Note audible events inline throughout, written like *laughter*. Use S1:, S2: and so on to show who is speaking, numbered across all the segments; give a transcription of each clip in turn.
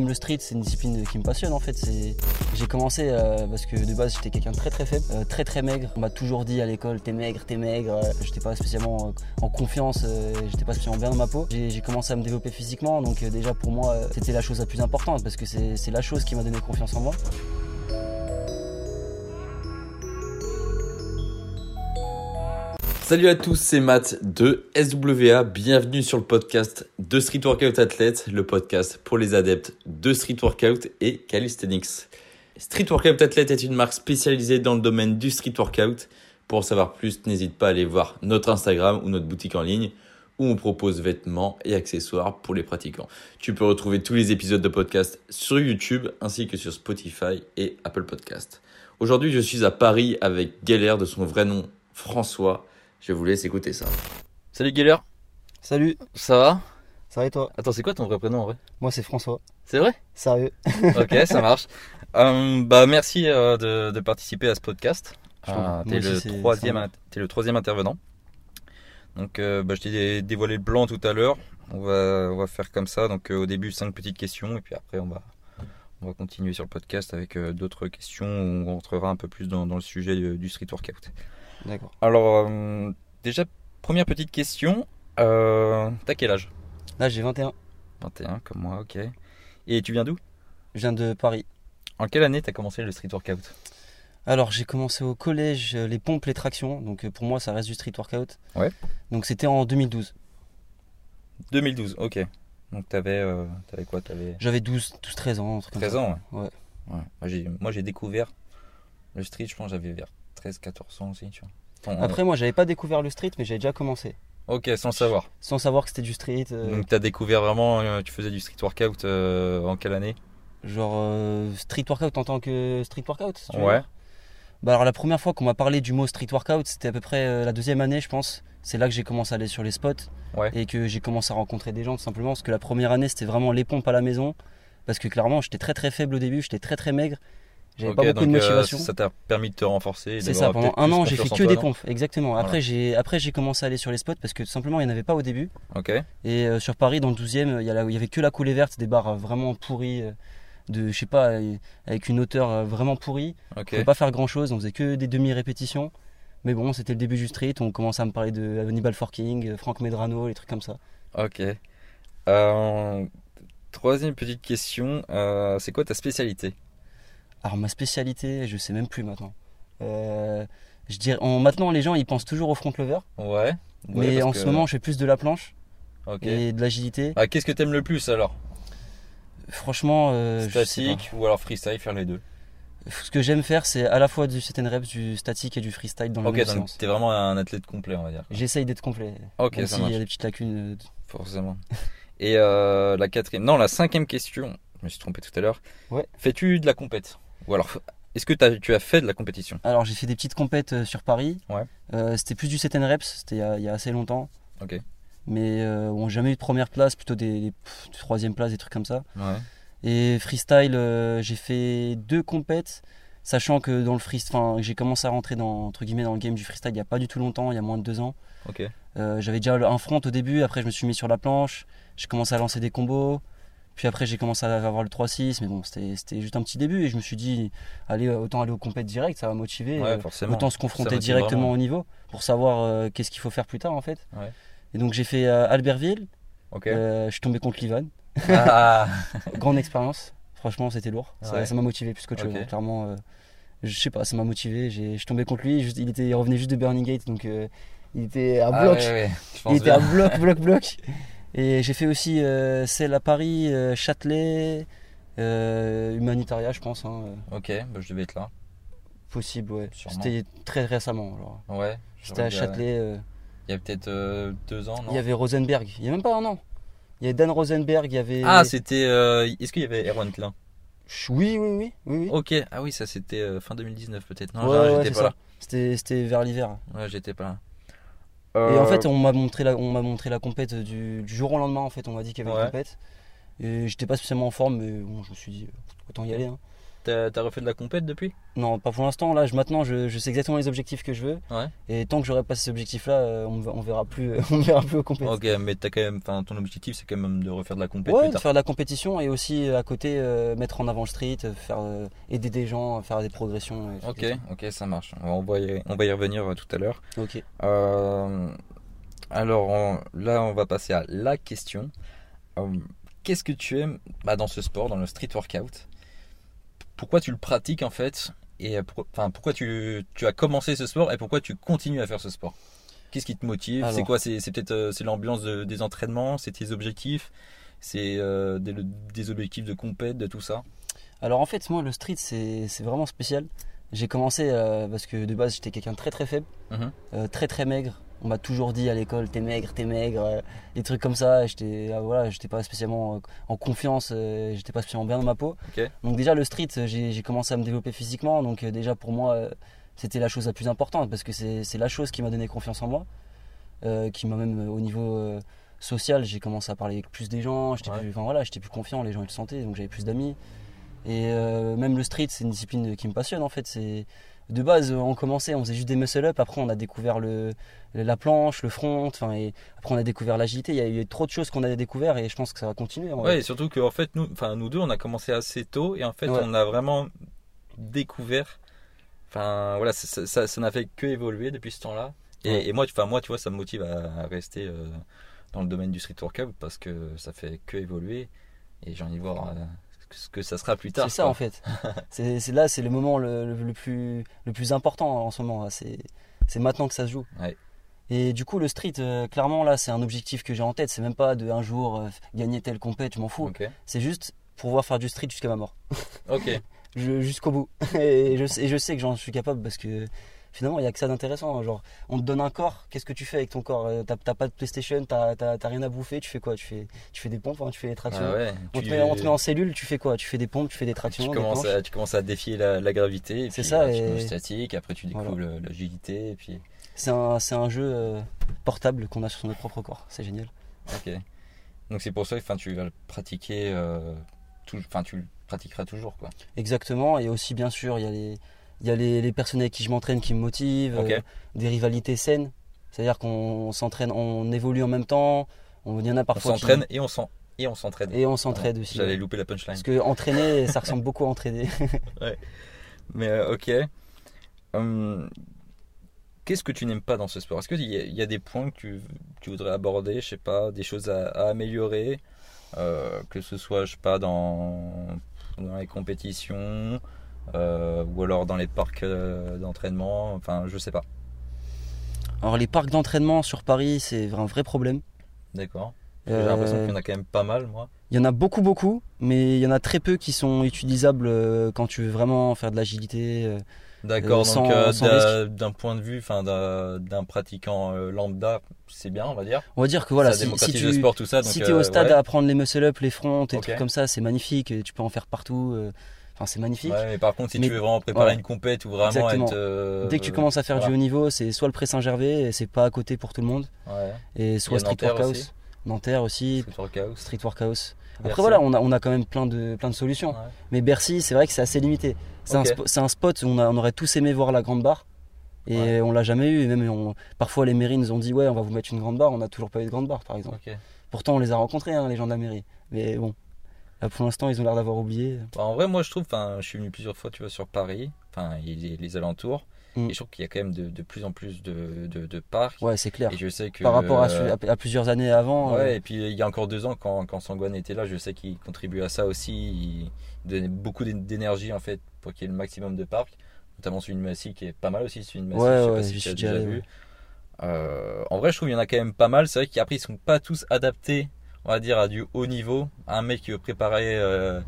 S1: même le street, c'est une discipline qui me passionne en fait. C'est- J'ai commencé euh, parce que de base, j'étais quelqu'un de très très faible, euh, très très maigre. On m'a toujours dit à l'école, t'es maigre, t'es maigre. Euh, J'étais pas spécialement euh, en confiance, euh, j'étais pas spécialement bien dans ma peau. J'ai j'ai commencé à me développer physiquement, donc euh, déjà pour moi, euh, c'était la chose la plus importante parce que c'est c'est la chose qui m'a donné confiance en moi.
S2: Salut à tous, c'est Matt de SWA. Bienvenue sur le podcast de Street Workout Athlète, le podcast pour les adeptes de Street Workout et Calisthenics. Street Workout Athlète est une marque spécialisée dans le domaine du street workout. Pour en savoir plus, n'hésite pas à aller voir notre Instagram ou notre boutique en ligne où on propose vêtements et accessoires pour les pratiquants. Tu peux retrouver tous les épisodes de podcast sur YouTube ainsi que sur Spotify et Apple Podcast. Aujourd'hui, je suis à Paris avec Galère de son vrai nom François. Je vous laisse écouter ça. Salut Geller,
S1: Salut,
S2: ça va
S1: ça va et toi
S2: Attends, c'est quoi ton vrai prénom en vrai
S1: Moi, c'est François.
S2: C'est vrai
S1: Sérieux
S2: Ok, ça *laughs* marche.
S3: Euh, bah, merci euh, de, de participer à ce podcast.
S1: Je t'en prie. Moi
S3: Euh, T'es
S1: aussi,
S3: le,
S1: c'est-
S3: troisième
S1: c'est un-
S3: in- t'es le troisième intervenant. Donc, euh, bah, je t'ai dé- dévoilé le plan tout à l'heure. On va, bah, on va faire comme ça. Donc, euh, au début, cinq petites questions. Et puis après, on va, on va continuer sur le podcast avec euh, d'autres questions où on rentrera un peu plus dans, dans le sujet euh, du street workout.
S1: D'accord.
S3: Alors, euh, déjà, première petite question. Euh, T'as quel âge
S1: Là, j'ai 21,
S3: 21, comme moi, ok. Et tu viens d'où
S1: je viens de Paris.
S3: En quelle année t'as commencé le street workout
S1: Alors j'ai commencé au collège euh, les pompes, les tractions, donc euh, pour moi ça reste du street workout.
S3: Ouais.
S1: Donc c'était en 2012.
S3: 2012, ok. Donc t'avais euh, t'avais quoi T'avais
S1: J'avais 12, 12, 13 ans, un truc comme
S3: 13
S1: ça.
S3: ans
S1: Ouais.
S3: Ouais. Moi, j'ai, moi j'ai découvert le street, je pense j'avais vers 13-14 ans aussi, tu vois. Bon, on-
S1: Après moi j'avais pas découvert le street mais j'avais déjà commencé.
S3: Ok, sans savoir.
S1: Sans savoir que c'était du street, euh,
S3: Donc t'as découvert vraiment, euh, tu faisais du street workout euh, en quelle année
S1: genre euh, street workout en tant que street workout. tu veux
S3: Ouais.
S1: dire Bah alors la première fois qu'on m'a parlé du mot street workout c'était à peu près euh, la deuxième année je pense. C'est là que j'ai commencé à aller sur les spots
S3: Ouais.
S1: et que j'ai commencé à rencontrer des gens tout simplement parce que la première année c'était vraiment les pompes à la maison parce que clairement j'étais très très faible au début, j'étais très très maigre. J'avais
S3: Ok,
S1: pas beaucoup de
S3: donc, euh,
S1: motivation.
S3: ça t'a permis de te renforcer. et
S1: C'est ça, pendant
S3: d'avoir peut-être
S1: un
S3: plus
S1: an j'ai fait
S3: confiance en
S1: que
S3: toi,
S1: des
S3: non
S1: pompes, exactement.
S3: Voilà.
S1: Après j'ai après j'ai commencé à aller sur les spots parce que tout simplement il n'y en avait pas au début.
S3: Ok,
S1: Et euh, sur Paris dans le 12e, euh, il y, a la- il y avait que la coulée verte, des bars euh, vraiment pourris, euh, de je sais pas, euh, avec une hauteur euh, vraiment pourrie. On
S3: ok.
S1: pouvait pas faire grand chose, on faisait que des demi-répétitions. Mais bon, c'était le début du street, on commençait à me parler de Hannibal Forking, euh, Franck Medrano, les trucs comme ça.
S3: Ok. Euh, troisième petite question, euh, c'est quoi ta spécialité
S1: Alors ma spécialité, je sais même plus maintenant. Euh, je dirais, en- maintenant les gens ils pensent toujours au front lever,
S3: Ouais. Ouais,
S1: mais
S3: parce
S1: en
S3: que-
S1: ce moment je fais plus de la planche
S3: Ok.
S1: et de l'agilité.
S3: Ah, qu'est-ce que t'aimes le plus alors
S1: Franchement, euh, je sais pas.
S3: Statique ou alors freestyle, faire les deux
S1: Ce que j'aime faire, c'est à la fois du set and reps, du statique et du freestyle dans la
S3: Ok,
S1: même
S3: donc
S1: séance.
S3: t'es vraiment un athlète complet, on va dire.
S1: J'essaye d'être complet.
S3: Ok,
S1: même
S3: ça
S1: s'il y a
S3: marche.
S1: des petites lacunes. euh, de-
S3: Forcément. Et euh, la quatrième, non, la cinquième question, je me suis trompé tout à l'heure.
S1: Ouais.
S3: Fais-tu de la compète Ou alors, est-ce que t'as- tu as fait de la compétition
S1: Alors, j'ai fait des petites compètes euh, sur Paris.
S3: Ouais.
S1: Euh, c'était plus du set and reps, c'était il y a, il y a assez longtemps.
S3: Ok.
S1: Mais euh, on n'a jamais eu de première place, plutôt des, des pff, troisième place, des trucs comme ça.
S3: Ouais.
S1: Et freestyle, euh, j'ai fait deux compètes, sachant que dans le freestyle, enfin, j'ai commencé à rentrer dans, entre guillemets, dans le game du freestyle il n'y a pas du tout longtemps, il y a moins de deux ans.
S3: Ok.
S1: Euh, j'avais déjà le- un front au début, après je me suis mis sur la planche, j'ai commencé à lancer des combos, puis après j'ai commencé à avoir le 3-6, mais bon, c'était c'était juste un petit début et je me suis dit, allez, euh, autant aller aux compètes direct, ça va motiver, euh,
S3: Ouais, forcément.
S1: autant se confronter
S3: motive
S1: directement
S3: vraiment.
S1: au niveau pour savoir euh, qu'est-ce qu'il faut faire plus tard en fait.
S3: Ouais.
S1: Et donc j'ai fait euh, Albertville,
S3: Ok.
S1: euh, je suis tombé contre Livan,
S3: *laughs* Ah,
S1: *laughs* grande expérience, franchement c'était lourd, ça
S3: Ouais.
S1: ça m'a motivé plus qu'autre
S3: Ok.
S1: chose, hein. clairement, euh, je sais pas, ça m'a motivé, j'ai- je suis tombé contre lui, juste- il, était, il revenait juste de Burning Gate, donc euh, il était à
S3: ah,
S1: bloc.
S3: ouais, ouais, je pense
S1: Il était
S3: bien.
S1: à
S3: *laughs*
S1: bloc, bloc, bloc. Et j'ai fait aussi euh, Celle à Paris, euh, Châtelet, euh, Humanitaria, je pense. hein, euh,
S3: Ok, bah, je devais être là.
S1: possible, ouais.
S3: Sûrement.
S1: C'était très récemment. alors.
S3: Ouais. je
S1: C'était à
S3: regarde.
S1: Châtelet. euh,
S3: Il y a peut-être euh, deux ans, non
S1: il y avait Rosenberg. Il n'y a même pas un an. Il y avait Dan Rosenberg, il y avait.
S3: Ah, c'était. euh, Est-ce qu'il y avait Erwan Klein
S1: Ch- Oui, oui, oui. oui, oui.
S3: Ok, ah oui, ça c'était euh, fin 2019 peut-être. Non,
S1: Ouais,
S3: non,
S1: ouais,
S3: j'étais
S1: c'est
S3: pas
S1: ça. C'était c'était vers l'hiver.
S3: là. Ouais, j'étais pas là. Euh,
S1: Et en fait, on m'a montré la, on m'a montré la compète du, du jour au lendemain. En fait, on m'a dit qu'il y avait une
S3: Ouais.
S1: compète. Et j'étais pas spécialement en forme, mais bon, je me suis dit, euh, autant y aller. hein.
S3: T'as t'as refait de la compète depuis
S1: Non, pas pour l'instant. Là, je, maintenant, je, je sais exactement les objectifs que je veux.
S3: Ouais.
S1: Et tant que j'aurai pas ces objectifs-là, euh, on, va- on verra plus, euh, *laughs* on verra plus au compétition.
S3: Ok, mais t'as quand même, enfin, ton objectif c'est quand même de refaire de la compète
S1: Ouais,
S3: plus
S1: de
S3: tard.
S1: faire de la compétition et aussi euh, à côté euh, mettre en avant le street, euh, faire euh, aider des gens, à faire des progressions. euh, et tout,
S3: Ok,
S1: et
S3: ok, ça marche. On va y, on va y revenir euh, tout à l'heure.
S1: tout. Ok.
S3: Euh, alors on- là, on va passer à la question. Euh, Qu'est-ce que tu aimes bah, dans ce sport, dans le street workout Pourquoi tu le pratiques en fait Et euh, pourquoi, enfin, pourquoi tu, tu as commencé ce sport et pourquoi tu continues à faire ce sport Qu'est-ce qui te motive C'est
S1: Alors.
S3: quoi C'est c'est peut-être euh, c'est l'ambiance de- des entraînements, c'est tes objectifs, c'est euh, des, des objectifs de compète, de tout ça.
S1: Alors en fait, moi, le street, c'est c'est vraiment spécial. J'ai commencé euh, parce que de base, j'étais quelqu'un de très très faible,
S3: Mhm.
S1: euh, très très maigre. On m'a toujours dit à l'école, t'es maigre, t'es maigre, euh, des trucs comme ça. J'étais euh, voilà, j'étais pas spécialement euh, en confiance, euh, j'étais pas spécialement bien dans ma peau.
S3: Ok.
S1: Donc déjà le street, euh, j'ai j'ai commencé à me développer physiquement. Donc euh, déjà pour moi, euh, c'était la chose la plus importante parce que c'est c'est la chose qui m'a donné confiance en moi, euh, qui m'a même euh, au niveau euh, social, j'ai commencé à parler avec plus des gens. J'étais
S3: Ouais.
S1: plus, enfin, voilà, j'étais plus confiant, les gens ils le sentaient, donc j'avais plus d'amis. Et euh, même le street, c'est une discipline euh, qui me passionne en fait. C'est de base, euh, on commençait, on faisait juste des muscle-up. Après, on a découvert le, la planche, le front. Enfin, et après, on a découvert l'agilité. Il y a eu trop de choses qu'on a découvert et je pense que ça va continuer. en vrai.
S3: Ouais, et surtout que en fait nous, enfin nous deux, on a commencé assez tôt et en fait
S1: Ouais.
S3: on a vraiment découvert. Enfin voilà, ça- ça ça- ça n'a fait que évoluer depuis ce temps-là. Et,
S1: Ouais.
S3: et moi, tu- enfin moi, tu vois, ça me motive à, à rester euh, dans le domaine du street workout parce que ça fait que évoluer et j'ai envie de voir euh, ce que ça sera plus tard.
S1: C'est ça
S3: quoi.
S1: en
S3: *laughs*
S1: fait. c'est c'est- là, c'est le moment le, le- le plus, le plus important en ce moment. là. C'est c'est maintenant que ça se joue.
S3: Ouais.
S1: Et du coup, le street, euh, clairement, là, c'est un objectif que j'ai en tête. C'est même pas de un jour euh, gagner telle compète, je m'en fous. *laughs*
S3: Ok.
S1: C'est juste pouvoir faire du street jusqu'à ma mort.
S3: Ok.
S1: Je- Jusqu'au bout. *laughs* et, je, sais- et je sais que j'en suis capable parce que finalement, il n'y a que ça d'intéressant. hein. Genre, on te donne un corps, qu'est-ce que tu fais avec ton corps Euh, T'as t'as pas de PlayStation, t'as t'as- t'as rien à bouffer, tu fais quoi tu fais, tu fais des pompes, hein, tu fais des tractions.
S3: Ah ouais,
S1: on, te
S3: tu-
S1: met, on te met en cellule, tu fais quoi Tu fais des pompes, tu fais des tractions.
S3: tu
S1: des
S3: commences,
S1: planches.
S3: à, tu commences à défier la, la gravité, et
S1: C'est
S3: puis
S1: ça,
S3: euh, tu
S1: et-
S3: prends le statique, après tu découvres le- l'agilité, et puis
S1: C'est un, c'est un jeu euh, portable qu'on a sur notre propre corps, c'est génial.
S3: Ok. Donc c'est pour ça que enfin, tu vas le pratiquer, euh, tout- enfin tu le pratiqueras toujours quoi.
S1: Exactement, et aussi bien sûr, il y a les, il y a les, les personnes avec qui je m'entraîne qui me motivent,
S3: Ok.
S1: euh, des rivalités saines, c'est-à-dire qu'on s'entraîne, on évolue en même temps, on, il y en a
S3: On
S1: parfois qui-
S3: s'entraîne et on s'en- et on s'entraide.
S1: et on s'entraide aussi.
S3: J'avais
S1: ouais.
S3: loupé la punchline.
S1: Parce que entraîner, ça ressemble beaucoup à
S3: *laughs*
S1: entraîner.
S3: Mais euh, ok. Hum, Qu'est-ce que tu n'aimes pas dans ce sport Est-ce qu'il y, a- il y a des points que tu, tu voudrais aborder, je sais pas, des choses à, à améliorer, euh, que ce soit, je sais pas, dans, dans les compétitions euh, ou alors dans les parcs euh, d'entraînement, enfin je sais pas.
S1: Alors les parcs d'entraînement sur Paris, c'est un vrai problème.
S3: D'accord J'ai
S1: Euh,
S3: l'impression qu'il y en a quand même pas mal moi.
S1: Il y en a beaucoup, beaucoup, mais il y en a très peu qui sont utilisables euh, quand tu veux vraiment faire de l'agilité. euh,
S3: D'accord,
S1: Euh, sans-
S3: donc euh,
S1: sans
S3: d'un- d'un point de vue, enfin d'un d'un pratiquant euh, lambda, c'est bien, on va dire.
S1: On va dire que voilà,
S3: ça
S1: si, si
S3: démocratise
S1: tu,
S3: le sport, tout ça. Donc,
S1: si t'es
S3: euh,
S1: au stade
S3: ouais,
S1: à apprendre les muscle-up, les fronts, et
S3: Ok.
S1: trucs comme ça, c'est magnifique. et Tu peux en faire partout. euh, Enfin, c'est magnifique.
S3: ouais, mais par contre, si
S1: Mais-
S3: tu veux vraiment préparer
S1: voilà.
S3: une compète ou vraiment
S1: Exactement.
S3: être. euh,
S1: Dès que tu commences à faire
S3: voilà.
S1: du haut niveau, c'est soit le Pré-Saint-Gervais, et c'est pas à côté pour tout le monde,
S3: Ouais,
S1: et
S3: Il
S1: soit
S3: y a
S1: Street
S3: Nanterre
S1: Workhouse,
S3: aussi.
S1: Nanterre aussi,
S3: Street workout,
S1: Street Workhouse.
S3: Bercy.
S1: Après voilà, on a, on a quand même plein de, plein de solutions.
S3: Ouais.
S1: Mais Bercy, c'est vrai que c'est assez limité. C'est un
S3: Ok.
S1: spo- c'est un, spot où on, a- on aurait tous aimé voir la grande barre. Et
S3: Ouais.
S1: on l'a jamais eu. Et Même on- parfois les mairies nous ont dit ouais on va vous mettre une grande barre. On n'a toujours pas eu de grande barre par exemple.
S3: Ok.
S1: Pourtant on les a rencontrés hein, les gens de la mairie. Mais bon, là, pour l'instant ils ont l'air d'avoir oublié.
S3: Bah, en vrai, moi, je trouve, enfin, je suis venu plusieurs fois, tu vois, sur Paris, enfin, et les, les alentours,
S1: Mm.
S3: et je trouve qu'il y a quand même de, de plus en plus de, de, de parcs.
S1: Ouais c'est clair.
S3: Et je sais que
S1: Par rapport à,
S3: euh,
S1: à- à plusieurs années avant.
S3: Ouais,
S1: euh,
S3: et puis il y a encore deux ans, quand, quand Sangwan était là, je sais qu'il contribuait à ça aussi. Il donnait beaucoup d'é- d'énergie en fait pour qu'il y ait le maximum de parcs, notamment sur une Massy qui est pas mal aussi. Sur une Massy,
S1: Ouais,
S3: je sais
S1: ouais,
S3: pas si
S1: j'y
S3: tu as
S1: suis déjà
S3: déjà
S1: allé,
S3: vu.
S1: ouais.
S3: Euh, en vrai, je trouve qu'il y en a quand même pas mal. C'est vrai qu'après, ils sont pas tous adaptés, on va dire, à du haut niveau. Un mec qui veut préparer euh,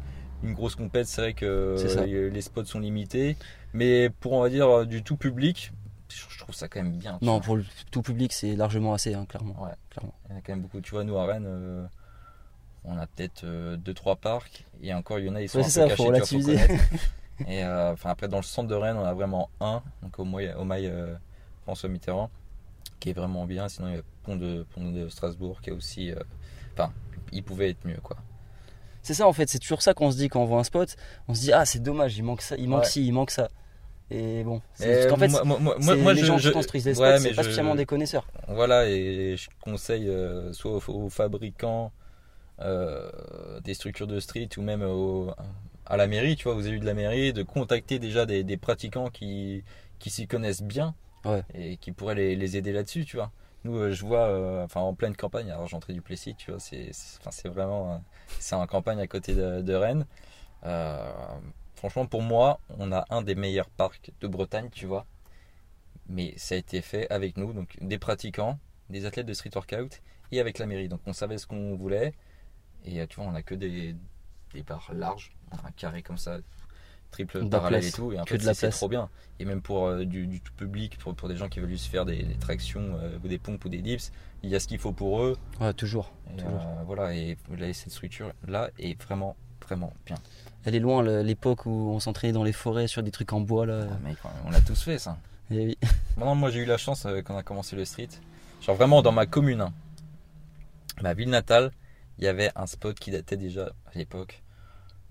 S3: une grosse compète, c'est vrai que
S1: C'est ça.
S3: euh, les spots sont limités. Mais pour, on va dire, euh, du tout public, je je trouve ça quand même bien. tu
S1: Non
S3: vois.
S1: pour le tout public c'est largement assez hein, clairement.
S3: Il y en a quand même beaucoup. Tu vois, nous à Rennes, euh, on a peut-être 2-3 parcs. Et encore, il y en a, ils sont
S1: Ouais,
S3: un
S1: c'est
S3: peu
S1: ça, faut
S3: cachés, tu vois, faut
S1: relativiser.
S3: connaître.
S1: *laughs*
S3: et euh, enfin, après, dans le centre de Rennes, on a vraiment un. Donc au Mail, au Mail, euh, François Mitterrand, qui est vraiment bien. Sinon, il y a Pont de, Pont de Strasbourg, qui est aussi. euh, Enfin, il pouvait être mieux, quoi.
S1: C'est ça en fait, c'est toujours ça qu'on se dit quand on voit un spot. On se dit ah c'est dommage, il manque ça, il manque
S3: Ouais.
S1: ci, il manque ça. Et bon,
S3: Et
S1: c'est en fait
S3: moi, moi, moi,
S1: c'est
S3: moi,
S1: les
S3: je-
S1: gens
S3: je-
S1: qui construisent des spots,
S3: ouais, mais
S1: c'est pas
S3: je-
S1: spécialement des connaisseurs.
S3: Voilà, et je conseille euh, soit aux, aux fabricants euh, des structures de street ou même au- à la mairie, tu vois, aux élus de la mairie, de contacter déjà des, des pratiquants qui, qui s'y connaissent bien
S1: Ouais.
S3: et qui pourraient les, les aider là-dessus, tu vois. Nous, euh, je vois, euh, enfin, en pleine campagne, à Argentré du Plessis, tu vois, c'est c'est- enfin, c'est vraiment. euh, c'est en campagne à côté de, de Rennes. Euh, franchement, pour moi, on a un des meilleurs parcs de Bretagne, tu vois. Mais ça a été fait avec nous, donc des pratiquants, des athlètes de street workout et avec la mairie. Donc on savait ce qu'on voulait. Et euh, tu vois, on a que des, des barres larges, un carré comme ça, triple
S1: De la
S3: parallèle et
S1: place.
S3: tout. Et en
S1: Que
S3: fait,
S1: de la
S3: c'est- c'est
S1: place.
S3: trop bien. Et même pour euh, du, du tout public, pour, pour des gens qui veulent juste faire des, des tractions euh, ou des pompes ou des dips, il y a ce qu'il faut pour eux.
S1: Ouais, toujours.
S3: Et,
S1: Toujours.
S3: euh, voilà, et là, cette structure-là est vraiment, vraiment bien.
S1: Elle est loin le- l'époque où on s'entraînait dans les forêts sur des trucs en bois là.
S3: Ah, mec, on *laughs* l'a tous fait, ça.
S1: Et oui. *laughs*
S3: Maintenant, moi, j'ai eu la chance euh, quand on a commencé le street. Genre, vraiment, dans ma commune, hein, ma ville natale, il y avait un spot qui datait déjà à l'époque,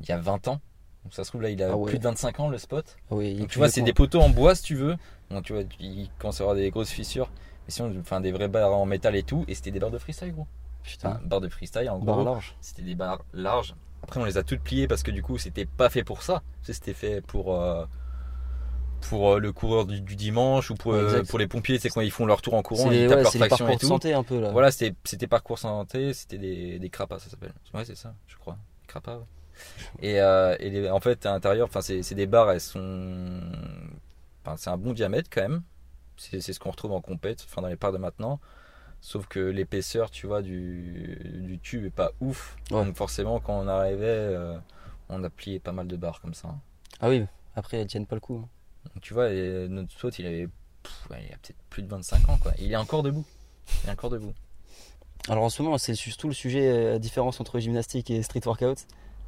S3: il y a 20 ans. Donc, ça se trouve, là, il a
S1: Ah ouais.
S3: plus de 25 ans, le spot.
S1: Ah oui, il
S3: Donc,
S1: pue
S3: tu vois,
S1: le
S3: c'est
S1: coin.
S3: des poteaux en bois, si tu veux. Bon, tu vois, tu- il commence à avoir des grosses fissures. Mais sinon, enfin, des vraies barres en métal et tout. Et c'était des barres de freestyle, gros. Enfin,
S1: Putain,
S3: barres de freestyle, en gros.
S1: barre large.
S3: C'était des barres larges. Après, on les a toutes pliées parce que du coup, c'était pas fait pour ça. Tu sais, C'était fait pour, euh, pour euh, le coureur du, du dimanche ou pour,
S1: Ouais,
S3: euh,
S1: exact.
S3: pour les pompiers. C'est quand ils font leur tour en courant,
S1: C'est
S3: ils
S1: les,
S3: tapent
S1: ouais,
S3: leur
S1: c'est les
S3: traction
S1: parcours
S3: et
S1: de
S3: tout.
S1: santé un peu là.
S3: Voilà, c'était c'était parcours santé, c'était des, des crapas, ça s'appelle. Ouais, c'est ça, je crois. Des Crapas, ouais. Et, euh, et les- en fait, à l'intérieur, enfin, c'est c'est des barres, elles sont. Enfin, c'est un bon diamètre quand même. C'est c'est ce qu'on retrouve en compète, enfin, dans les parts de maintenant. Sauf que l'épaisseur, tu vois, du, du tube est pas ouf.
S1: Ouais.
S3: Donc, forcément, quand on arrivait, euh, on a plié pas mal de barres comme ça. hein.
S1: Ah oui, après elles tiennent pas le coup. hein.
S3: Donc, tu vois, et notre saut, il avait. pff, ouais, il a peut-être plus de 25 ans, quoi. Il est encore debout. Il est encore debout.
S1: Alors en ce moment, c'est surtout le sujet, euh, la différence entre gymnastique et street workout.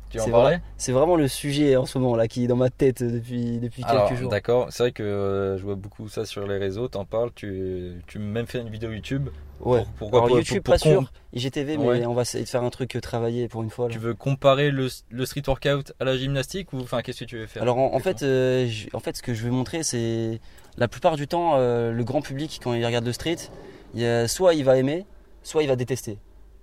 S3: Tu en
S1: C'est
S3: parlais
S1: C'est vraiment le sujet en ce moment là qui est dans ma tête depuis, depuis
S3: Alors,
S1: quelques jours.
S3: D'accord, c'est vrai que euh, je vois beaucoup ça sur les réseaux, t'en parles, tu, tu m'as même fait une vidéo YouTube.
S1: Ouais.
S3: Pour- pourquoi
S1: Alors,
S3: pour-
S1: YouTube,
S3: pour-
S1: pas
S3: pour qu'on-
S1: sûr. IGTV, mais
S3: Ouais.
S1: on va essayer de faire un truc euh, travaillé pour une fois. là.
S3: Tu veux comparer le, le street workout à la gymnastique ou enfin qu'est-ce que tu veux faire
S1: Alors en, en fait, euh, je- en fait, ce que je veux montrer, c'est la plupart du temps, euh, le grand public, quand il regarde le street, il y a- soit il va aimer, soit il va détester.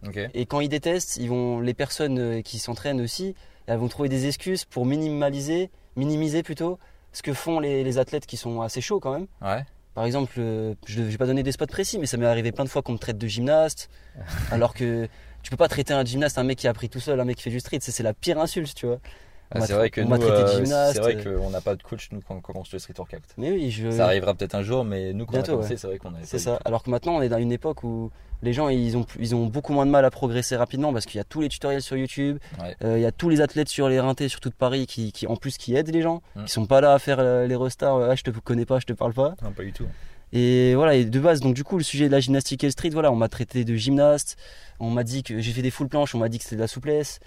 S3: Ok.
S1: Et quand ils détestent, ils vont, les personnes euh, qui s'entraînent aussi, elles vont trouver des excuses pour minimaliser, minimiser plutôt ce que font les, les athlètes qui sont assez chauds quand même.
S3: Ouais.
S1: Par exemple, euh, je ne vais pas donner des spots précis, mais ça m'est arrivé plein de fois qu'on me traite de
S3: *laughs*
S1: gymnaste, alors que tu peux pas traiter un gymnaste, un mec qui a appris tout seul, un mec qui fait du street, c'est c'est la pire insulte, tu vois.
S3: Ah,
S1: m'a
S3: c'est
S1: tra-
S3: vrai que
S1: on
S3: nous,
S1: m'a traité de
S3: euh,
S1: gymnaste,
S3: c'est vrai
S1: euh.
S3: qu'on n'a pas de coach nous quand on commence le street workout.
S1: Mais oui, je...
S3: Ça arrivera peut-être un jour, mais nous quand
S1: Euh, Bientôt,
S3: on a commencé, c'est vrai qu'on avait
S1: C'est
S3: pas
S1: ça. Alors que maintenant, on est dans une époque où les gens, ils ont, ils ont beaucoup moins de mal à progresser rapidement parce qu'il y a tous les tutoriels sur YouTube,
S3: Ouais.
S1: euh, il y a tous les athlètes sur les rintés sur toute Paris qui, qui en plus, qui aident les gens,
S3: Mm.
S1: qui sont pas là à faire euh, les restars, euh, ah, je te connais pas, je te parle pas.
S3: du tout. Non, pas du tout.
S1: Et voilà, et de base, donc du coup, le sujet de la gymnastique et le street, voilà, on m'a traité de gymnaste, on m'a dit que j'ai fait des full planches, on m'a dit que c'était de la souplesse,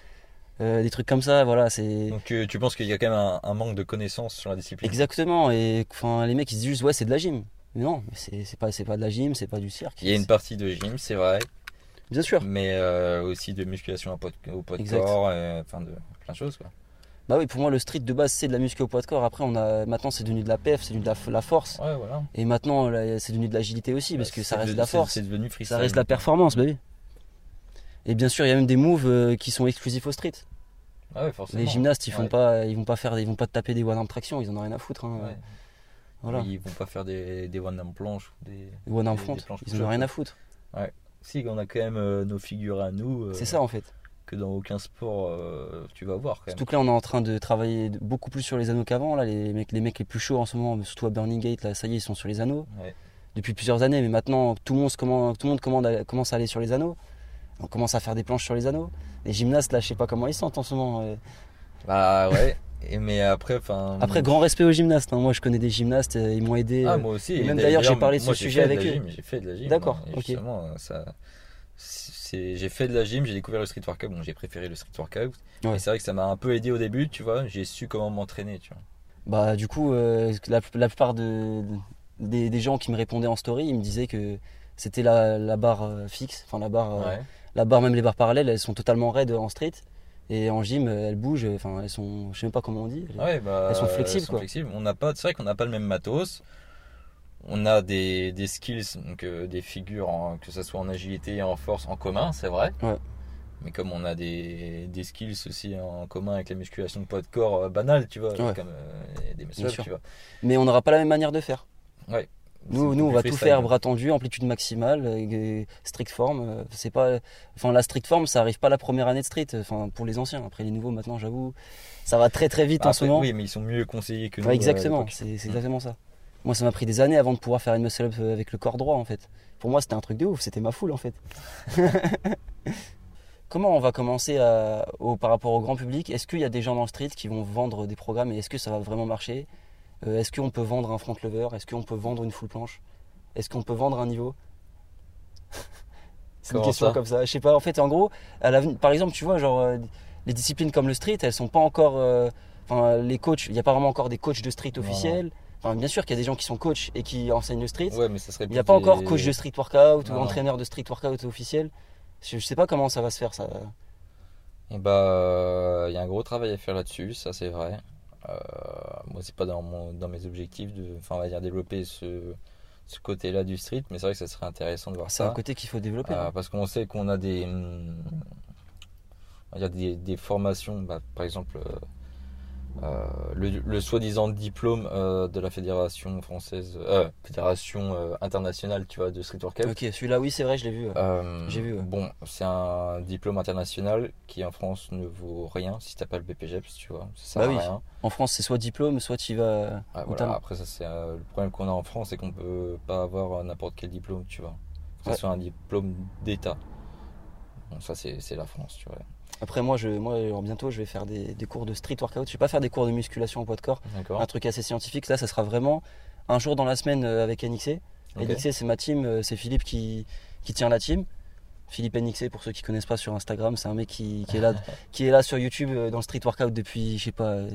S1: euh, des trucs comme ça, voilà, c'est...
S3: Donc euh, tu penses qu'il y a quand même un, un manque de connaissances sur la discipline
S1: Exactement, et enfin, les mecs, ils se disent juste, ouais, c'est de la gym. Mais non, c'est c'est pas, c'est pas de la gym, c'est pas du cirque.
S3: Il y a une partie de gym, c'est vrai,
S1: Bien sûr.
S3: mais euh, aussi de musculation à poids de- au poids de
S1: Exact.
S3: corps, euh, enfin de plein de choses quoi.
S1: Bah oui, pour moi, le street de base, c'est de la muscu au poids de corps. Après, on a, maintenant, c'est devenu de la PF, c'est devenu de la, la force.
S3: Ouais, voilà.
S1: Et maintenant, là, c'est devenu de l'agilité aussi, parce que ça
S3: Bah, C'est
S1: reste de
S3: de-
S1: la
S3: c'est-
S1: force.
S3: C'est devenu freestyle.
S1: Ça reste de la performance, bah oui. Et bien sûr, il y a même des moves euh, qui sont exclusifs au street.
S3: Ah ouais, forcément.
S1: Les gymnastes, ils font
S3: Ouais.
S1: pas, ils vont pas faire, ils vont pas te taper des one arm traction, ils en ont rien à foutre. hein.
S3: Ouais.
S1: Voilà,
S3: Ils vont pas faire des, des one arm planches ou des.
S1: Les one arm
S3: des-
S1: front,
S3: des planches
S1: ils en
S3: couchées.
S1: ont rien à foutre.
S3: Si, on a quand même euh, nos figures à nous. euh,
S1: C'est ça en fait.
S3: Que dans aucun sport euh, tu vas voir quand même.
S1: Surtout que là, on est en train de travailler de- beaucoup plus sur les anneaux qu'avant. Là, les mecs, les mecs les plus chauds en ce moment, surtout à Burning Gate, là, ça y est, ils sont sur les anneaux.
S3: Ouais.
S1: depuis plusieurs années, mais maintenant tout le monde, se commande, tout le monde commande à- commence à aller sur les anneaux. On commence à faire des planches sur les anneaux. Les gymnastes, là, je sais pas comment ils sentent en ce moment. euh.
S3: Bah ouais. Et, mais après, enfin.
S1: *laughs* Après, grand respect aux gymnastes. hein. Moi, je connais des gymnastes, euh, ils m'ont aidé.
S3: Ah,
S1: euh.
S3: moi aussi.
S1: et même d'ailleurs, j'ai parlé de
S3: moi,
S1: ce
S3: j'ai
S1: sujet
S3: fait de
S1: avec
S3: la
S1: eux.
S3: gym, J'ai fait de la gym.
S1: D'accord,
S3: moi, et
S1: ok.
S3: Justement, euh, ça. c'est- J'ai fait de la gym, j'ai découvert le street workout. Bon, j'ai préféré le street workout.
S1: Ouais.
S3: Mais c'est vrai que ça m'a un peu aidé au début, tu vois. J'ai su comment m'entraîner, tu vois.
S1: Bah, du coup, euh, la, la plupart de, de- des, des gens qui me répondaient en story, ils me disaient que c'était la, la barre euh, fixe, enfin la barre, euh, la barre, même les barres parallèles, elles sont totalement raides en street. Et en gym, euh, elles bougent, enfin, elles sont, je sais même pas comment on dit.
S3: Ouais, bah,
S1: Elles sont flexibles, quoi.
S3: flexibles. On n'a pas, c'est vrai qu'on n'a pas le même matos. On a des, des skills, donc euh, des figures, en- que ce soit en agilité et en force, en commun, c'est vrai.
S1: Ouais.
S3: Mais comme on a des, des skills aussi en commun avec la musculation de poids de corps euh, banale, tu vois,
S1: Ouais.
S3: comme euh, des muscle
S1: Bien
S3: ups,
S1: sûr.
S3: tu vois.
S1: Mais on n'aura pas la même manière de faire.
S3: C'est
S1: Nous,
S3: beaucoup
S1: nous on
S3: plus
S1: va tout
S3: freestyle.
S1: faire bras tendu, amplitude maximale, euh, strict form. euh, C'est pas, enfin la strict form, ça arrive pas la première année de street. euh, Enfin pour les anciens. Après les nouveaux, maintenant, j'avoue, ça va très très vite
S3: Bah,
S1: en ce
S3: après,
S1: moment.
S3: Oui, mais ils sont mieux conseillés que nous.
S1: Ouais,
S3: euh, à
S1: exactement,
S3: l'époque.
S1: c'est c'est
S3: Mm.
S1: exactement ça. Moi, ça m'a pris des années avant de pouvoir faire une muscle-up euh, avec le corps droit, en fait. Pour moi, c'était un truc de ouf, c'était ma foule, en fait. *laughs* Comment on va commencer à- au- par rapport au grand public Est-ce qu'il y a des gens dans le street qui vont vendre des programmes et est-ce que ça va vraiment marcher Euh, Est-ce qu'on peut vendre un front lever Est-ce qu'on peut vendre une full planche Est-ce qu'on peut vendre un niveau *laughs* C'est une
S3: Comment
S1: question
S3: ça
S1: comme ça. Je sais pas, en fait, en gros, à l'avenir- par exemple, tu vois, genre, euh, les disciplines comme le street, elles sont pas encore. euh, Enfin, les coachs, il n'y a pas vraiment encore des coachs de street
S3: Non.
S1: officiels. Enfin, bien sûr qu'il y a des gens qui sont coachs et qui enseignent le street.
S3: Ouais, mais ça serait
S1: il n'y a pas encore coach de street workout ou
S3: Non, non.
S1: entraîneur de street workout officiel. Je ne sais pas comment ça va se faire ça.
S3: Et bah, il y a un gros travail à faire là-dessus, ça c'est vrai. Euh, moi, c'est pas dans, mon, dans mes objectifs de, enfin, on va dire développer ce, ce côté-là du street, mais c'est vrai que ça serait intéressant de voir
S1: C'est un
S3: ça.
S1: côté qu'il faut développer.
S3: Euh,
S1: hein.
S3: parce qu'on sait qu'on a des, hum, on va dire des, des formations, bah, par exemple, euh, euh, le, le soi-disant diplôme euh, de la fédération française, euh, fédération euh, internationale, tu vois, de street workout.
S1: Ok, celui-là, oui, c'est vrai, je l'ai vu. ouais.
S3: Euh,
S1: J'ai vu, ouais.
S3: Bon, c'est un diplôme international qui en France ne vaut rien si t'as pas le BPGEPS, E tu vois. Ça sert
S1: Bah
S3: à
S1: oui.
S3: rien.
S1: En France, c'est soit diplôme, soit tu y vas. euh,
S3: Ah,
S1: Au
S3: voilà.
S1: talent.
S3: Après, ça c'est euh, le problème qu'on a en France, c'est qu'on peut pas avoir euh, n'importe quel diplôme, tu vois. Faut que
S1: Ouais.
S3: ce soit un diplôme d'État. Bon, ça c'est c'est la France, tu vois.
S1: Après, moi, je, moi, alors, bientôt, je vais faire des, des cours de street workout. Je vais pas faire des cours de musculation au poids de corps.
S3: D'accord.
S1: Un truc assez scientifique. Là, ça sera vraiment un jour dans la semaine euh, avec NXC.
S3: Ok.
S1: NXC, c'est ma team, euh, c'est Philippe qui, qui tient la team. Philippe NXC, pour ceux qui connaissent pas sur Instagram, c'est un mec qui, qui est
S3: *laughs*
S1: là, qui est là sur YouTube euh, dans le street workout depuis, je sais pas, euh,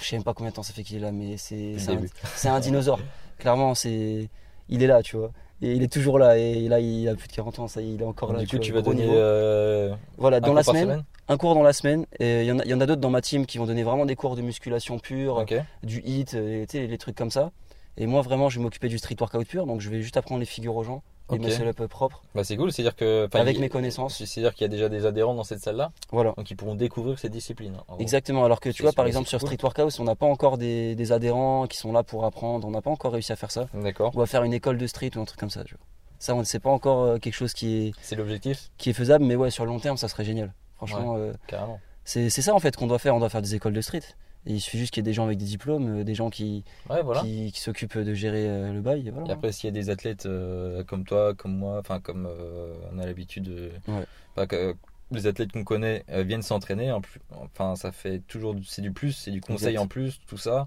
S1: je sais même pas combien de temps ça fait qu'il est là, mais c'est
S3: Depuis
S1: c'est
S3: le
S1: un,
S3: début.
S1: c'est un
S3: *laughs*
S1: dinosaure. Clairement, c'est il est là, tu vois. Et il est toujours là. Et là, il a plus de 40 ans, ça, y est, il est encore là.
S3: du coup, tu
S1: vois,
S3: vas
S1: gros
S3: donner
S1: niveau.
S3: euh,
S1: voilà,
S3: un
S1: dans
S3: cours
S1: la
S3: par
S1: semaine, un cours dans la semaine. Et il y en a, il y en a d'autres dans ma team qui vont donner vraiment des cours de musculation pure,
S3: Ok.
S1: du hit, euh, tu sais, les trucs comme ça. Et moi, vraiment, je vais m'occuper du street workout pur, donc je vais juste apprendre les figures aux gens, les
S3: Ok.
S1: muscle-up propres,
S3: Bah c'est cool, c'est-à-dire que enfin,
S1: avec
S3: il-
S1: mes connaissances.
S3: c'est-à-dire qu'il y a déjà des adhérents dans cette salle-là,
S1: Voilà.
S3: donc ils pourront découvrir ces disciplines. en gros.
S1: Exactement. Alors que
S3: C'est-
S1: tu vois, par
S3: c'est
S1: exemple, sur
S3: cool.
S1: street workout, on n'a pas encore des, des adhérents qui sont là pour apprendre, on n'a pas encore réussi à faire ça.
S3: D'accord.
S1: On va faire une école de street ou un truc comme ça, tu vois. Ça, on ne sait pas encore euh, quelque chose qui est,
S3: C'est l'objectif,
S1: qui est faisable, mais ouais, sur le long terme, ça serait génial. Franchement, euh,
S3: carrément.
S1: c'est c'est ça en fait qu'on doit faire, on doit faire des écoles de street. Et il suffit juste qu'il y ait des gens avec des diplômes, euh, des gens qui,
S3: Ouais, voilà.
S1: qui, qui s'occupent de gérer euh, le bail. et voilà.
S3: Et après, s'il y a des athlètes euh, comme toi, comme moi, enfin, comme euh, on a l'habitude, de-
S1: Ouais.
S3: enfin, que, euh, les athlètes qu'on connaît euh, viennent s'entraîner, en plus- enfin, ça fait toujours, du- c'est du plus, c'est du conseil
S1: Exact.
S3: en plus, tout ça.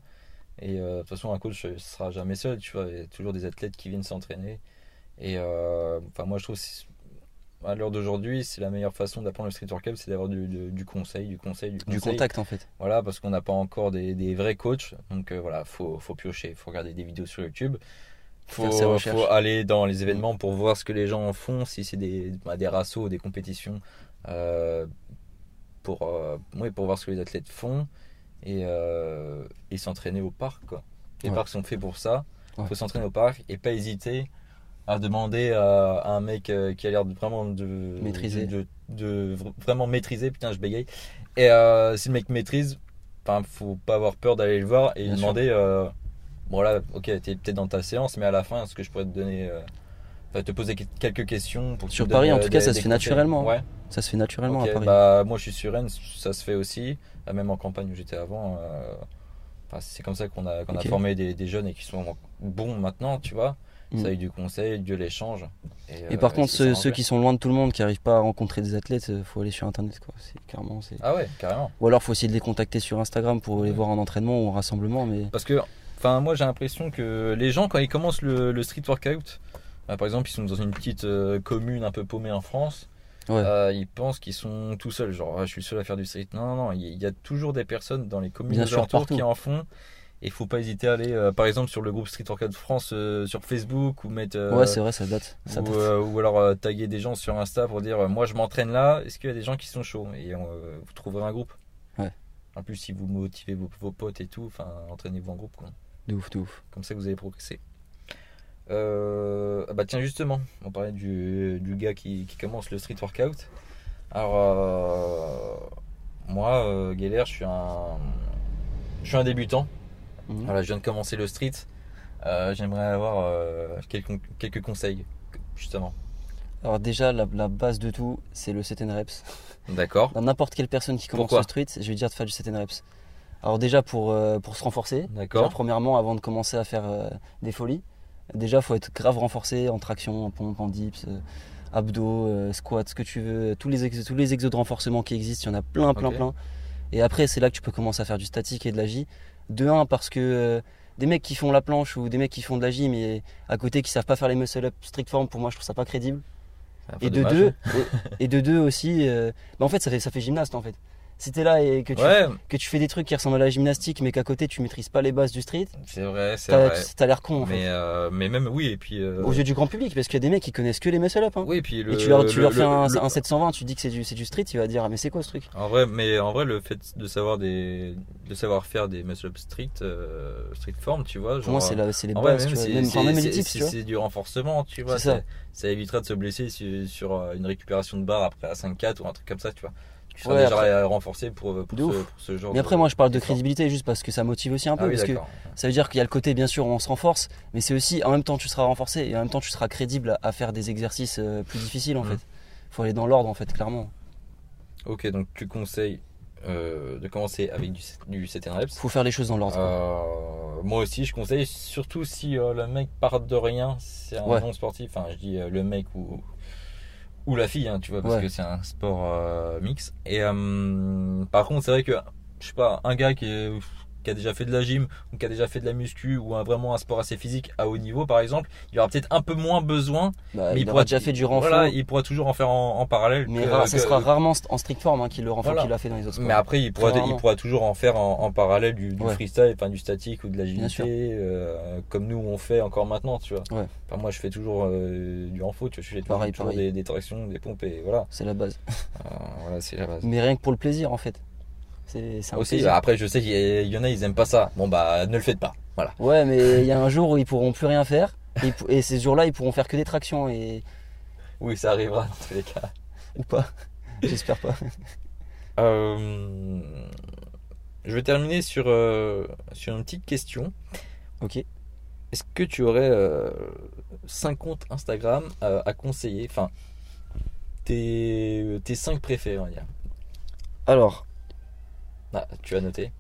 S3: Et euh, de toute façon, un coach ne sera jamais seul, tu vois, il y a toujours des athlètes qui viennent s'entraîner. Et euh, enfin, moi, je trouve, que c'est- à l'heure d'aujourd'hui, c'est la meilleure façon d'apprendre le street workout, c'est d'avoir du, du- du conseil, du conseil, du conseil.
S1: du contact en fait.
S3: Voilà, parce qu'on n'a pas encore des, des vrais coachs. Donc euh, voilà, faut, faut piocher, faut regarder des vidéos sur YouTube. Faut,
S1: Faire ses recherches.
S3: faut aller dans les événements pour voir ce que les gens en font, si c'est des, bah, des rassos, des compétitions, euh, pour, euh, ouais, pour voir ce que les athlètes font et, euh, et s'entraîner au parc. Quoi. Les
S1: Ouais.
S3: parcs sont faits pour ça.
S1: Ouais.
S3: faut s'entraîner au parc et pas hésiter à demander à, à un mec euh, qui a l'air de vraiment de
S1: Maîtriser.
S3: de, de- de vr- vraiment maîtriser. Putain, je bégaye. Et euh, si le mec maîtrise, enfin, faut pas avoir peur d'aller le voir et lui
S1: Bien sûr.
S3: demander. euh, bon là, ok, t'es peut-être dans ta séance, mais à la fin, est-ce que je pourrais te donner, euh, enfin, te poser que- quelques questions pour que tu
S1: Sur
S3: me
S1: Paris,
S3: donnes,
S1: en
S3: euh,
S1: tout cas,
S3: des-
S1: ça
S3: des
S1: se fait
S3: conseils
S1: naturellement, hein.
S3: Ouais.
S1: Ça se fait naturellement
S3: Ok,
S1: à Paris.
S3: Bah, moi, je suis sur Rennes, ça se fait aussi. Ah, Même en campagne où j'étais avant. euh, enfin, c'est comme ça qu'on a, qu'on
S1: Ok.
S3: a formé des, des jeunes et qui sont bons maintenant, tu vois.
S1: Mm.
S3: C'est avec du conseil, de l'échange.
S1: Et
S3: euh,
S1: par contre,
S3: c'est
S1: ceux,
S3: ça, en
S1: ceux
S3: vrai.
S1: qui sont loin de tout le monde, qui n'arrivent pas à rencontrer des athlètes, euh, faut aller sur internet quoi. C'est clairement c'est.
S3: Ah ouais, carrément.
S1: Ou alors faut essayer de les contacter sur Instagram pour les
S3: Ouais.
S1: voir en entraînement ou en rassemblement, mais
S3: Parce que, enfin, moi j'ai l'impression que les gens, quand ils commencent le, le street workout, euh, par exemple, ils sont dans une petite euh, commune un peu paumée en France,
S1: Ouais.
S3: euh, ils pensent qu'ils sont tout seuls. Genre, Ah, je suis seul à faire du street. Non, non, non, il y, il y a toujours des personnes dans les communes
S1: Bien
S3: aux
S1: sûr,
S3: alentours
S1: partout.
S3: qui en font. Et faut pas hésiter à aller, euh, par exemple, sur le groupe Street Workout France euh, sur Facebook ou mettre. euh,
S1: Ouais, c'est vrai, ça date. Ça
S3: ou,
S1: date.
S3: euh, ou alors euh, taguer des gens sur Insta pour dire euh, moi je m'entraîne là, est-ce qu'il y a des gens qui sont chauds Et euh, vous trouverez un groupe.
S1: Ouais.
S3: En plus, si vous motivez vos, vos potes et tout, enfin, entraînez-vous en groupe. Quoi.
S1: De ouf, de ouf.
S3: Comme ça, vous allez progresser. Euh, ah bah tiens, justement, on parlait du, du gars qui, qui commence le street workout. Alors, euh, moi, euh, Geller, je suis un, je suis un débutant.
S1: Mhm.
S3: Voilà, je viens de commencer le street. Euh, J'aimerais avoir euh, quelques, quelques conseils, justement.
S1: Alors déjà, la, la base de tout, c'est le 7 reps.
S3: D'accord.
S1: Dans n'importe quelle personne qui commence
S3: Pourquoi
S1: le street, je vais dire de faire du 7 reps. Alors déjà, pour, euh, pour se renforcer, déjà,
S3: D'accord.
S1: premièrement, avant de commencer à faire euh, des folies, déjà, faut être grave renforcé en traction, en pompe, en dips, euh, abdos, euh, squat, ce que tu veux. Tous les, ex- tous les exos de renforcement qui existent, il y en a plein, plein,
S3: Ok.
S1: plein. Et après, c'est là que tu peux commencer à faire du statique et de la J. De un, parce que euh, des mecs qui font la planche ou des mecs qui font de la J, mais à côté qui savent pas faire les muscle-up strict form, pour moi, je trouve ça pas crédible.
S3: Un peu
S1: Et de,
S3: dommage,
S1: deux,
S3: hein.
S1: et et de deux aussi, euh, bah en fait ça, fait ça fait gymnaste en fait. Si t'es là et que tu,
S3: Ouais,
S1: que tu fais des trucs qui ressemblent à la gymnastique mais qu'à côté tu maîtrises pas les bases du street,
S3: c'est vrai, c'est
S1: t'as
S3: vrai.
S1: t'as l'air con en fait.
S3: Mais, euh, mais même, oui, et puis. euh,
S1: Aux yeux du grand public parce qu'il y a des mecs qui connaissent que les muscle up. hein.
S3: oui, et puis le.
S1: et tu leur, tu
S3: le-
S1: leur fais
S3: le-
S1: un,
S3: le-
S1: un 720, tu dis que c'est du, c'est du street, il va dire ah, mais c'est quoi ce truc
S3: En vrai, mais en vrai, le fait de savoir des, de savoir faire des muscle-up strict, euh, strict form, tu vois,
S1: Pour moi
S3: genre.
S1: c'est la- c'est les
S3: en vrai,
S1: bases, tu vois.
S3: c'est-
S1: Même,
S3: c'est-
S1: enfin, même
S3: c'est-
S1: les tips,
S3: c'est-
S1: tu vois.
S3: c'est du renforcement, tu vois.
S1: C'est ça.
S3: Ça, ça évitera de se blesser sur, sur, euh, une récupération de barre après à 5-4 ou un truc comme ça, tu vois. Tu seras
S1: Ouais,
S3: déjà
S1: après-
S3: euh, renforcé pour, pour,
S1: De
S3: ce,
S1: ouf.
S3: pour ce genre
S1: Mais
S3: de-
S1: après moi je parle de
S3: d'effort.
S1: crédibilité juste parce que ça motive aussi un peu.
S3: Ah oui,
S1: parce que
S3: d'accord.
S1: ça veut dire qu'il y a le côté bien sûr où on se renforce, mais c'est aussi en même temps tu seras renforcé et en même temps tu seras crédible à, à faire des exercices euh, plus difficiles en
S3: Mhm.
S1: fait. Faut aller dans l'ordre en fait clairement.
S3: Ok, donc tu conseilles euh, de commencer avec du, du 7 reps.
S1: Faut faire les choses dans l'ordre. quoi.
S3: Euh, moi aussi, je conseille, surtout si euh, le mec part de rien, c'est un
S1: Ouais.
S3: non sportif. Enfin, je dis euh, le mec ou, ou la fille, hein, tu vois, parce
S1: Ouais.
S3: que c'est un sport euh, mix. Et euh, par contre, c'est vrai que, je sais pas, un gars qui, est- qui a déjà fait de la gym ou qui a déjà fait de la muscu ou un- vraiment un sport assez physique à haut niveau, par exemple, il aura peut-être un peu moins besoin.
S1: Bah,
S3: mais
S1: il,
S3: il
S1: aura
S3: pourra-
S1: déjà fait du renfort,
S3: Voilà, il pourra toujours en faire en, en parallèle.
S1: mais
S3: que-
S1: rare- ça
S3: que-
S1: sera rarement st- en strict form hein, qu'il le renfort
S3: Voilà.
S1: qu'il a fait dans les autres sports.
S3: Mais après, il pourra,
S1: Très rarement.
S3: il pourra toujours en faire en, en parallèle du, du
S1: Ouais.
S3: freestyle, enfin du statique ou de l'agilité,
S1: sûr.
S3: euh, comme nous on fait encore maintenant, tu vois.
S1: Ouais.
S3: Enfin, moi, je fais toujours euh, du renfort, tu vois, je fais toujours,
S1: Pareil,
S3: toujours
S1: pareil.
S3: Des, des tractions, des pompes, et voilà.
S1: C'est la base.
S3: Euh, voilà, c'est la base.
S1: Mais rien que pour le plaisir en fait. C'est c'est un
S3: Aussi,
S1: plaisir.
S3: bah, après, je sais qu'il y, a- il y en a, ils aiment pas ça. Bon, bah, ne le faites pas. Voilà.
S1: Ouais, mais il y a un jour où ils pourront plus rien faire et, ils pou- et ces jours-là ils pourront faire que des tractions et
S3: Oui, ça arrivera dans tous les cas.
S1: ou pas. *laughs* J'espère pas.
S3: Euh, je vais terminer sur, euh, sur une petite question.
S1: Ok.
S3: Est-ce que tu aurais 5 comptes Instagram euh, à conseiller Enfin, tes 5 préférés, on va dire.
S1: Alors,
S3: Ah, tu as noté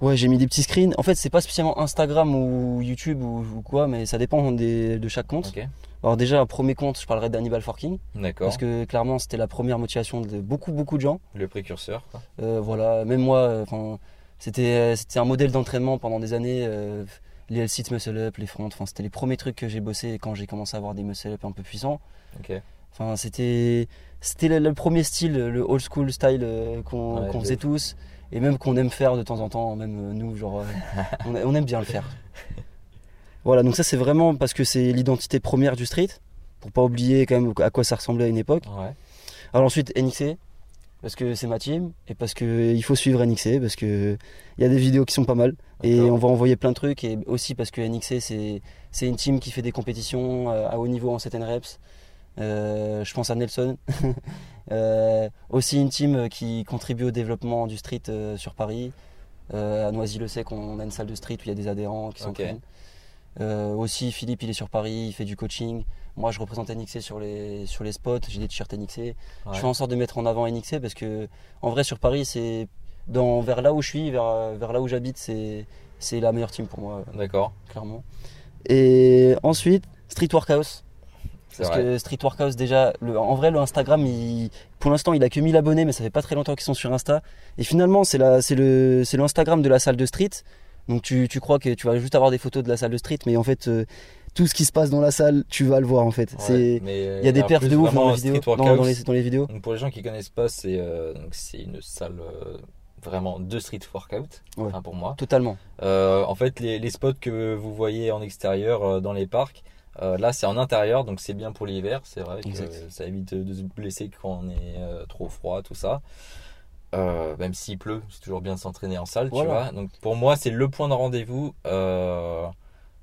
S1: ouais, j'ai mis des petits screens. En fait, c'est pas spécialement Instagram ou YouTube ou, ou quoi, mais ça dépend des- de chaque compte.
S3: Ok.
S1: Alors déjà, un premier compte, je parlerai d'Hannibal Forking
S3: D'accord.
S1: parce que clairement c'était la première motivation de beaucoup beaucoup de gens.
S3: Le précurseur. quoi.
S1: Euh, voilà, même moi, euh, enfin, c'était euh, c'était un modèle d'entraînement pendant des années. euh, les L-sit muscle up, les fronts, enfin, c'était les premiers trucs que j'ai bossé quand j'ai commencé à avoir des muscle up un peu puissants.
S3: Ok.
S1: Enfin, c'était c'était le, le premier style, le old school style euh, qu'on
S3: Ouais,
S1: qu'on
S3: de
S1: faisait
S3: ouf.
S1: tous et même qu'on aime faire de temps en temps, même euh, nous, genre, euh, on, a- on aime bien le
S3: *laughs*
S1: faire. Voilà, donc ça c'est vraiment parce que c'est l'identité première du street, pour pas oublier quand même à quoi ça ressemblait à une époque.
S3: Ouais.
S1: Alors ensuite NXC parce que c'est ma team et parce que il faut suivre NXC parce que il y a des vidéos qui sont pas mal et
S3: D'accord.
S1: on va envoyer plein de trucs et aussi parce que NXC c'est c'est une team qui fait des compétitions euh, à haut niveau en 7 reps. Euh, je pense à Nelson. Euh, aussi une team qui contribue au développement du street euh, sur Paris. Euh, à Noisy-le-Sec, on a une salle de street où il y a des adhérents qui
S3: Ok.
S1: s'entraînent. Euh, aussi, Philippe, il est sur Paris, il fait du coaching. Moi, je représente NXC sur les, sur les spots, j'ai des t-shirts NXC. Je fais en sorte de mettre en avant NXC parce que, en vrai, sur Paris, c'est dans, vers là où je suis, vers, vers là où j'habite, c'est, c'est la meilleure team pour moi, euh,
S3: D'accord.
S1: clairement. Et ensuite, Street Workhouse.
S3: C'est
S1: Parce
S3: vrai.
S1: que Street Workhouse, déjà, le- en vrai, le Instagram, il- pour l'instant, il a que 1000 abonnés, mais ça fait pas très longtemps qu'ils sont sur Insta. Et finalement, c'est la- c'est le- c'est l'Instagram de la salle de street. Donc, tu, tu crois que tu vas juste avoir des photos de la salle de street, mais en fait, euh, tout ce qui se passe dans la salle, tu vas le voir, en fait.
S3: Ouais,
S1: C'est-
S3: mais,
S1: Il y a des
S3: en
S1: perfs
S3: plus,
S1: de ouf
S3: vraiment,
S1: dans les
S3: Street
S1: vidéos. dans-
S3: Workouts,
S1: dans les- dans les vidéos.
S3: donc pour les gens qui connaissent pas, c'est euh, donc c'est une salle euh, vraiment de street workout,
S1: Ouais.
S3: enfin, pour moi.
S1: Totalement.
S3: Euh, en fait, les, les spots que vous voyez en extérieur euh, dans les parcs, euh, là c'est en intérieur, donc c'est bien pour l'hiver, c'est vrai que
S1: Exact.
S3: euh, ça évite de se blesser quand on est euh, trop froid, tout ça. Euh, même s'il pleut, c'est toujours bien de s'entraîner en salle,
S1: Voilà.
S3: tu vois. Donc pour moi, c'est le point de rendez-vous, euh,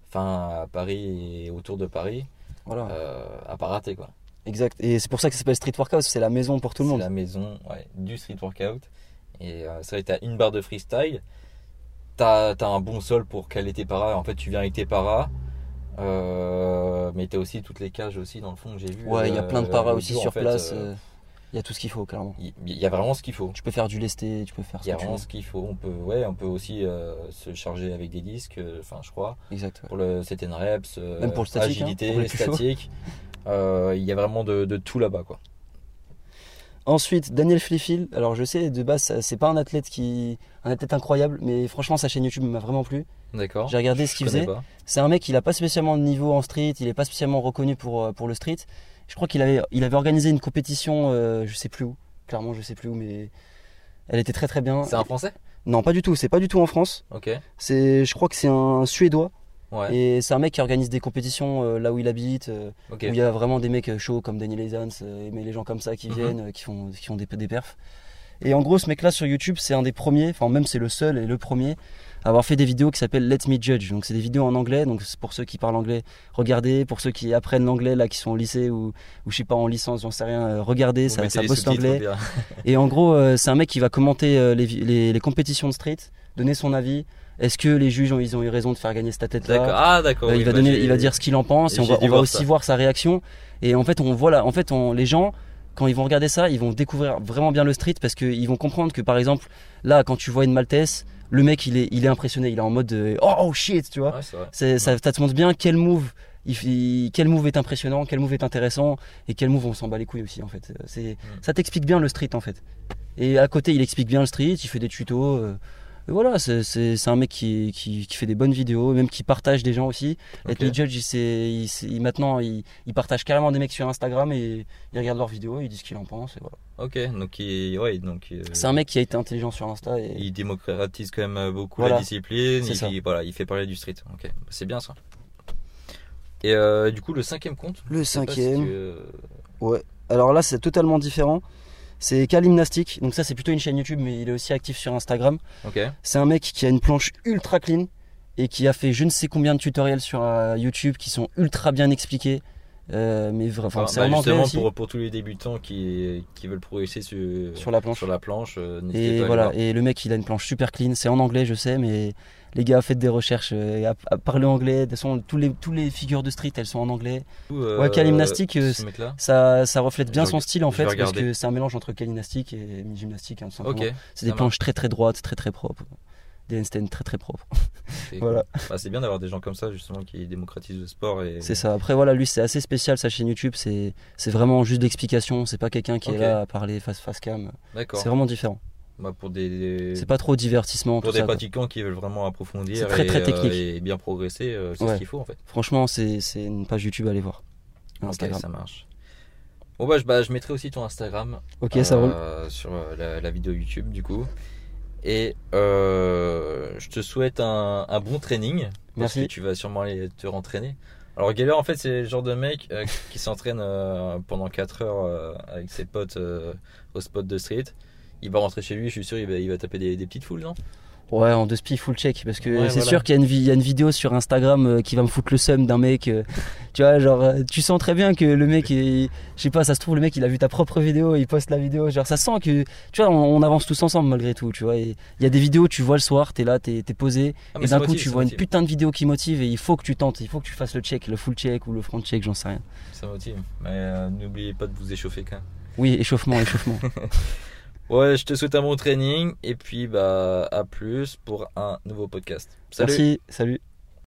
S3: enfin à Paris et autour de Paris,
S1: Voilà.
S3: euh, à pas rater quoi.
S1: Exact. Et c'est pour ça que ça s'appelle Street Workout, c'est la maison pour tout le
S3: C'est
S1: monde.
S3: la maison ouais, du street workout. Et euh, c'est vrai que t'as une barre de freestyle. T'as as un bon sol pour caler tes paras. En fait, tu viens avec tes paras. Euh, mais t'as aussi toutes les cages aussi dans le fond que j'ai vu.
S1: Ouais, il y a
S3: euh,
S1: plein de paras
S3: l'autre
S1: aussi
S3: jour, en
S1: sur
S3: fait,
S1: place.
S3: euh,
S1: euh, Il y a tout ce qu'il faut, clairement.
S3: Il il y a vraiment ce qu'il faut.
S1: Tu peux faire du lesté, tu peux faire
S3: Il
S1: ce
S3: y a
S1: que tu
S3: vraiment
S1: veux.
S3: ce qu'il faut. On peut, ouais, on peut aussi euh, se charger avec des disques. euh, Enfin, je crois
S1: Exact. ouais.
S3: pour le CTN reps, euh,
S1: Même pour le statique, hein,
S3: agilité,
S1: pour *laughs* le plus chaud.
S3: statique. Euh, Il y a vraiment de, de tout là-bas quoi.
S1: Ensuite, Daniel Fliefil. Alors, je sais, de base, ça- c'est pas un athlète qui. Un athlète incroyable, mais franchement, sa chaîne YouTube m'a vraiment plu.
S3: D'accord.
S1: J'ai regardé ce
S3: Je
S1: qu'il
S3: connais
S1: faisait.
S3: pas.
S1: C'est un mec, il a pas spécialement de niveau en street, il est pas spécialement reconnu pour, euh, pour le street. Je crois qu'il avait, il avait organisé une compétition, euh, je sais plus où, clairement je sais plus où, mais elle était très très bien.
S3: C'est un français.
S1: Non, pas du tout, c'est pas du tout en France.
S3: Ok.
S1: C'est, je crois que c'est un Suédois
S3: Ouais.
S1: et c'est un mec qui organise des compétitions euh, là où il habite, euh,
S3: Ok.
S1: où il y a vraiment des mecs euh, chauds comme Daniel Evans, euh, mais les gens comme ça qui
S3: Mhm.
S1: viennent, euh, qui font, qui ont des, des perfs. Et en gros, ce mec-là sur YouTube, c'est un des premiers, enfin même c'est le seul et le premier à avoir fait des vidéos qui s'appellent Let Me Judge. Donc c'est des vidéos en anglais, donc c'est pour ceux qui parlent anglais, regardez. Pour ceux qui apprennent l'anglais là, qui sont au lycée ou, ou je sais pas en licence, j'en sais rien, euh, regardez,
S3: Vous
S1: ça,
S3: mettez
S1: ça
S3: les
S1: bosse
S3: sous-titres,
S1: l'anglais.
S3: on dira.
S1: Et en gros, euh, c'est un mec qui va commenter euh, les, vi- les- les compétitions de street, donner son avis. Est-ce que les juges ont, ils ont eu raison de faire gagner cette tête-là
S3: D'accord. Ah, d'accord.
S1: euh,
S3: oui,
S1: il va
S3: bah,
S1: donner,
S3: j'ai-
S1: il va dire ce qu'il en pense et on
S3: j'ai
S1: va,
S3: dû
S1: on va
S3: voir
S1: aussi
S3: ça.
S1: voir sa réaction. Et en fait, on voit là, en fait, on, les gens quand ils vont regarder ça, ils vont découvrir vraiment bien le street parce qu'ils vont comprendre que par exemple, là, quand tu vois une Maltese, le mec, il est, il est impressionné, il est en mode de, oh, oh, shit, tu vois.
S3: Ouais, c'est vrai.
S1: C'est- Ça, ça te montre bien quel move, il f- il- quel move est impressionnant, quel move est intéressant et quel move on s'en bat les couilles aussi en fait. Euh, C'est, ça t'explique bien le street en fait. Et à côté, il explique bien le street, il fait des tutos. euh, et voilà, c'est- c'est c'est un mec qui, qui, qui fait des bonnes vidéos, même qui partage des gens aussi.
S3: Ok.
S1: Et Judge, il, s'est- il, s'est- il- maintenant, il, il partage carrément des mecs sur Instagram et il regarde leurs vidéos, il dit ce qu'il en pense. et voilà.
S3: Ok, donc il, ouais, donc euh,
S1: C'est un mec qui a été intelligent sur Insta et
S3: il démocratise quand même euh, beaucoup la
S1: Voilà.
S3: discipline.
S1: C'est
S3: Il,
S1: ça.
S3: il- voilà, il fait parler du street. Ok, bah, c'est bien ça. Et euh, du coup, le cinquième compte.
S1: le
S3: je sais pas si
S1: cinquième.
S3: tu, euh,
S1: Alors là, c'est totalement différent. C'est Kalimnastic. Donc ça, c'est plutôt une chaîne YouTube, mais il est aussi actif sur Instagram.
S3: Ok.
S1: C'est un mec qui a une planche ultra clean et qui a fait je ne sais combien de tutoriels sur euh, YouTube qui sont ultra bien expliqués. Euh, mais vra- enfin,
S3: Enfin,
S1: c'est
S3: bah,
S1: vraiment bien
S3: justement
S1: aussi
S3: pour, pour tous les débutants qui, qui veulent progresser sur,
S1: sur la planche.
S3: sur la planche. euh, n'hésitez
S1: Et
S3: pas à
S1: voilà,
S3: aller
S1: et le mec il a une planche super clean, c'est en anglais je sais, mais les gars faites des recherches, euh, et à, à parler anglais, de toute façon tous les, tous les figures de street elles sont en anglais.
S3: voir. Du coup,
S1: ouais,
S3: euh,
S1: Kalimnastic, euh,
S3: ce mec-là.
S1: Ça, ça reflète bien
S3: Je
S1: son
S3: reg-
S1: style en
S3: je
S1: fait,
S3: vais
S1: parce
S3: regarder.
S1: que c'est un mélange entre kalinastique et gymnastique. hein, tout simplement.
S3: Ok.
S1: c'est des
S3: ça
S1: planches très très droites, très très propres, des handstands très très propres.
S3: *laughs* c'est
S1: Voilà.
S3: cool. Bah, c'est bien d'avoir des gens comme ça justement qui démocratisent le sport et
S1: C'est ça. Après, voilà, lui, c'est assez spécial sa chaîne YouTube. C'est c'est vraiment juste de l'explication. C'est pas quelqu'un qui
S3: Ok.
S1: est là à parler face face cam.
S3: D'accord.
S1: C'est vraiment différent.
S3: Bah, pour des- des,
S1: C'est pas trop divertissement.
S3: Pour
S1: tout
S3: des
S1: ça, quoi.
S3: pratiquants qui veulent vraiment approfondir
S1: C'est très,
S3: et,
S1: très
S3: euh,
S1: technique.
S3: et bien progresser, euh, c'est ce
S1: Ouais.
S3: qu'il faut en fait.
S1: Franchement, c'est c'est une page YouTube à aller voir. Instagram.
S3: Ok, ça marche. Bon bah je, bah, je mettrai aussi ton Instagram
S1: Ok, ça roule.
S3: euh, sur euh, la, la vidéo YouTube du coup. Et euh, je te souhaite un, un bon training. Parce que
S1: Merci.
S3: tu vas sûrement aller te rentraîner. Alors Geller en fait c'est le genre de mec euh, *laughs* qui s'entraîne euh, pendant 4 heures euh, avec ses potes euh, au spot de street. Il va rentrer chez lui, je suis sûr il va, il va taper des, des petites foules, non
S1: Ouais, en deux spi full check parce que
S3: Ouais,
S1: c'est
S3: voilà.
S1: sûr qu'il y, a une vi- il y a une vidéo sur Instagram euh, qui va me foutre le seum d'un mec. euh, tu vois, genre, euh, tu sens très bien que le mec, est- je sais pas, ça se trouve le mec il a vu ta propre vidéo, il poste la vidéo. Genre, ça sent que, tu vois, on, on avance tous ensemble malgré tout. Tu vois, Et il y a des vidéos, tu vois le soir, t'es là, t'es t'es posé,
S3: Ah, mais
S1: et
S3: ça
S1: d'un coup
S3: motive,
S1: tu
S3: ça
S1: vois une
S3: motive.
S1: putain de vidéo qui motive et il faut que tu tentes, il faut que tu fasses le check, le full check ou le front check, j'en sais rien.
S3: Ça motive. Mais euh, n'oubliez pas de vous échauffer quand même.
S1: Oui, échauffement, échauffement.
S3: Ouais, je te souhaite un bon training et puis bah à plus pour un nouveau podcast. *laughs* Salut.
S1: Merci, salut.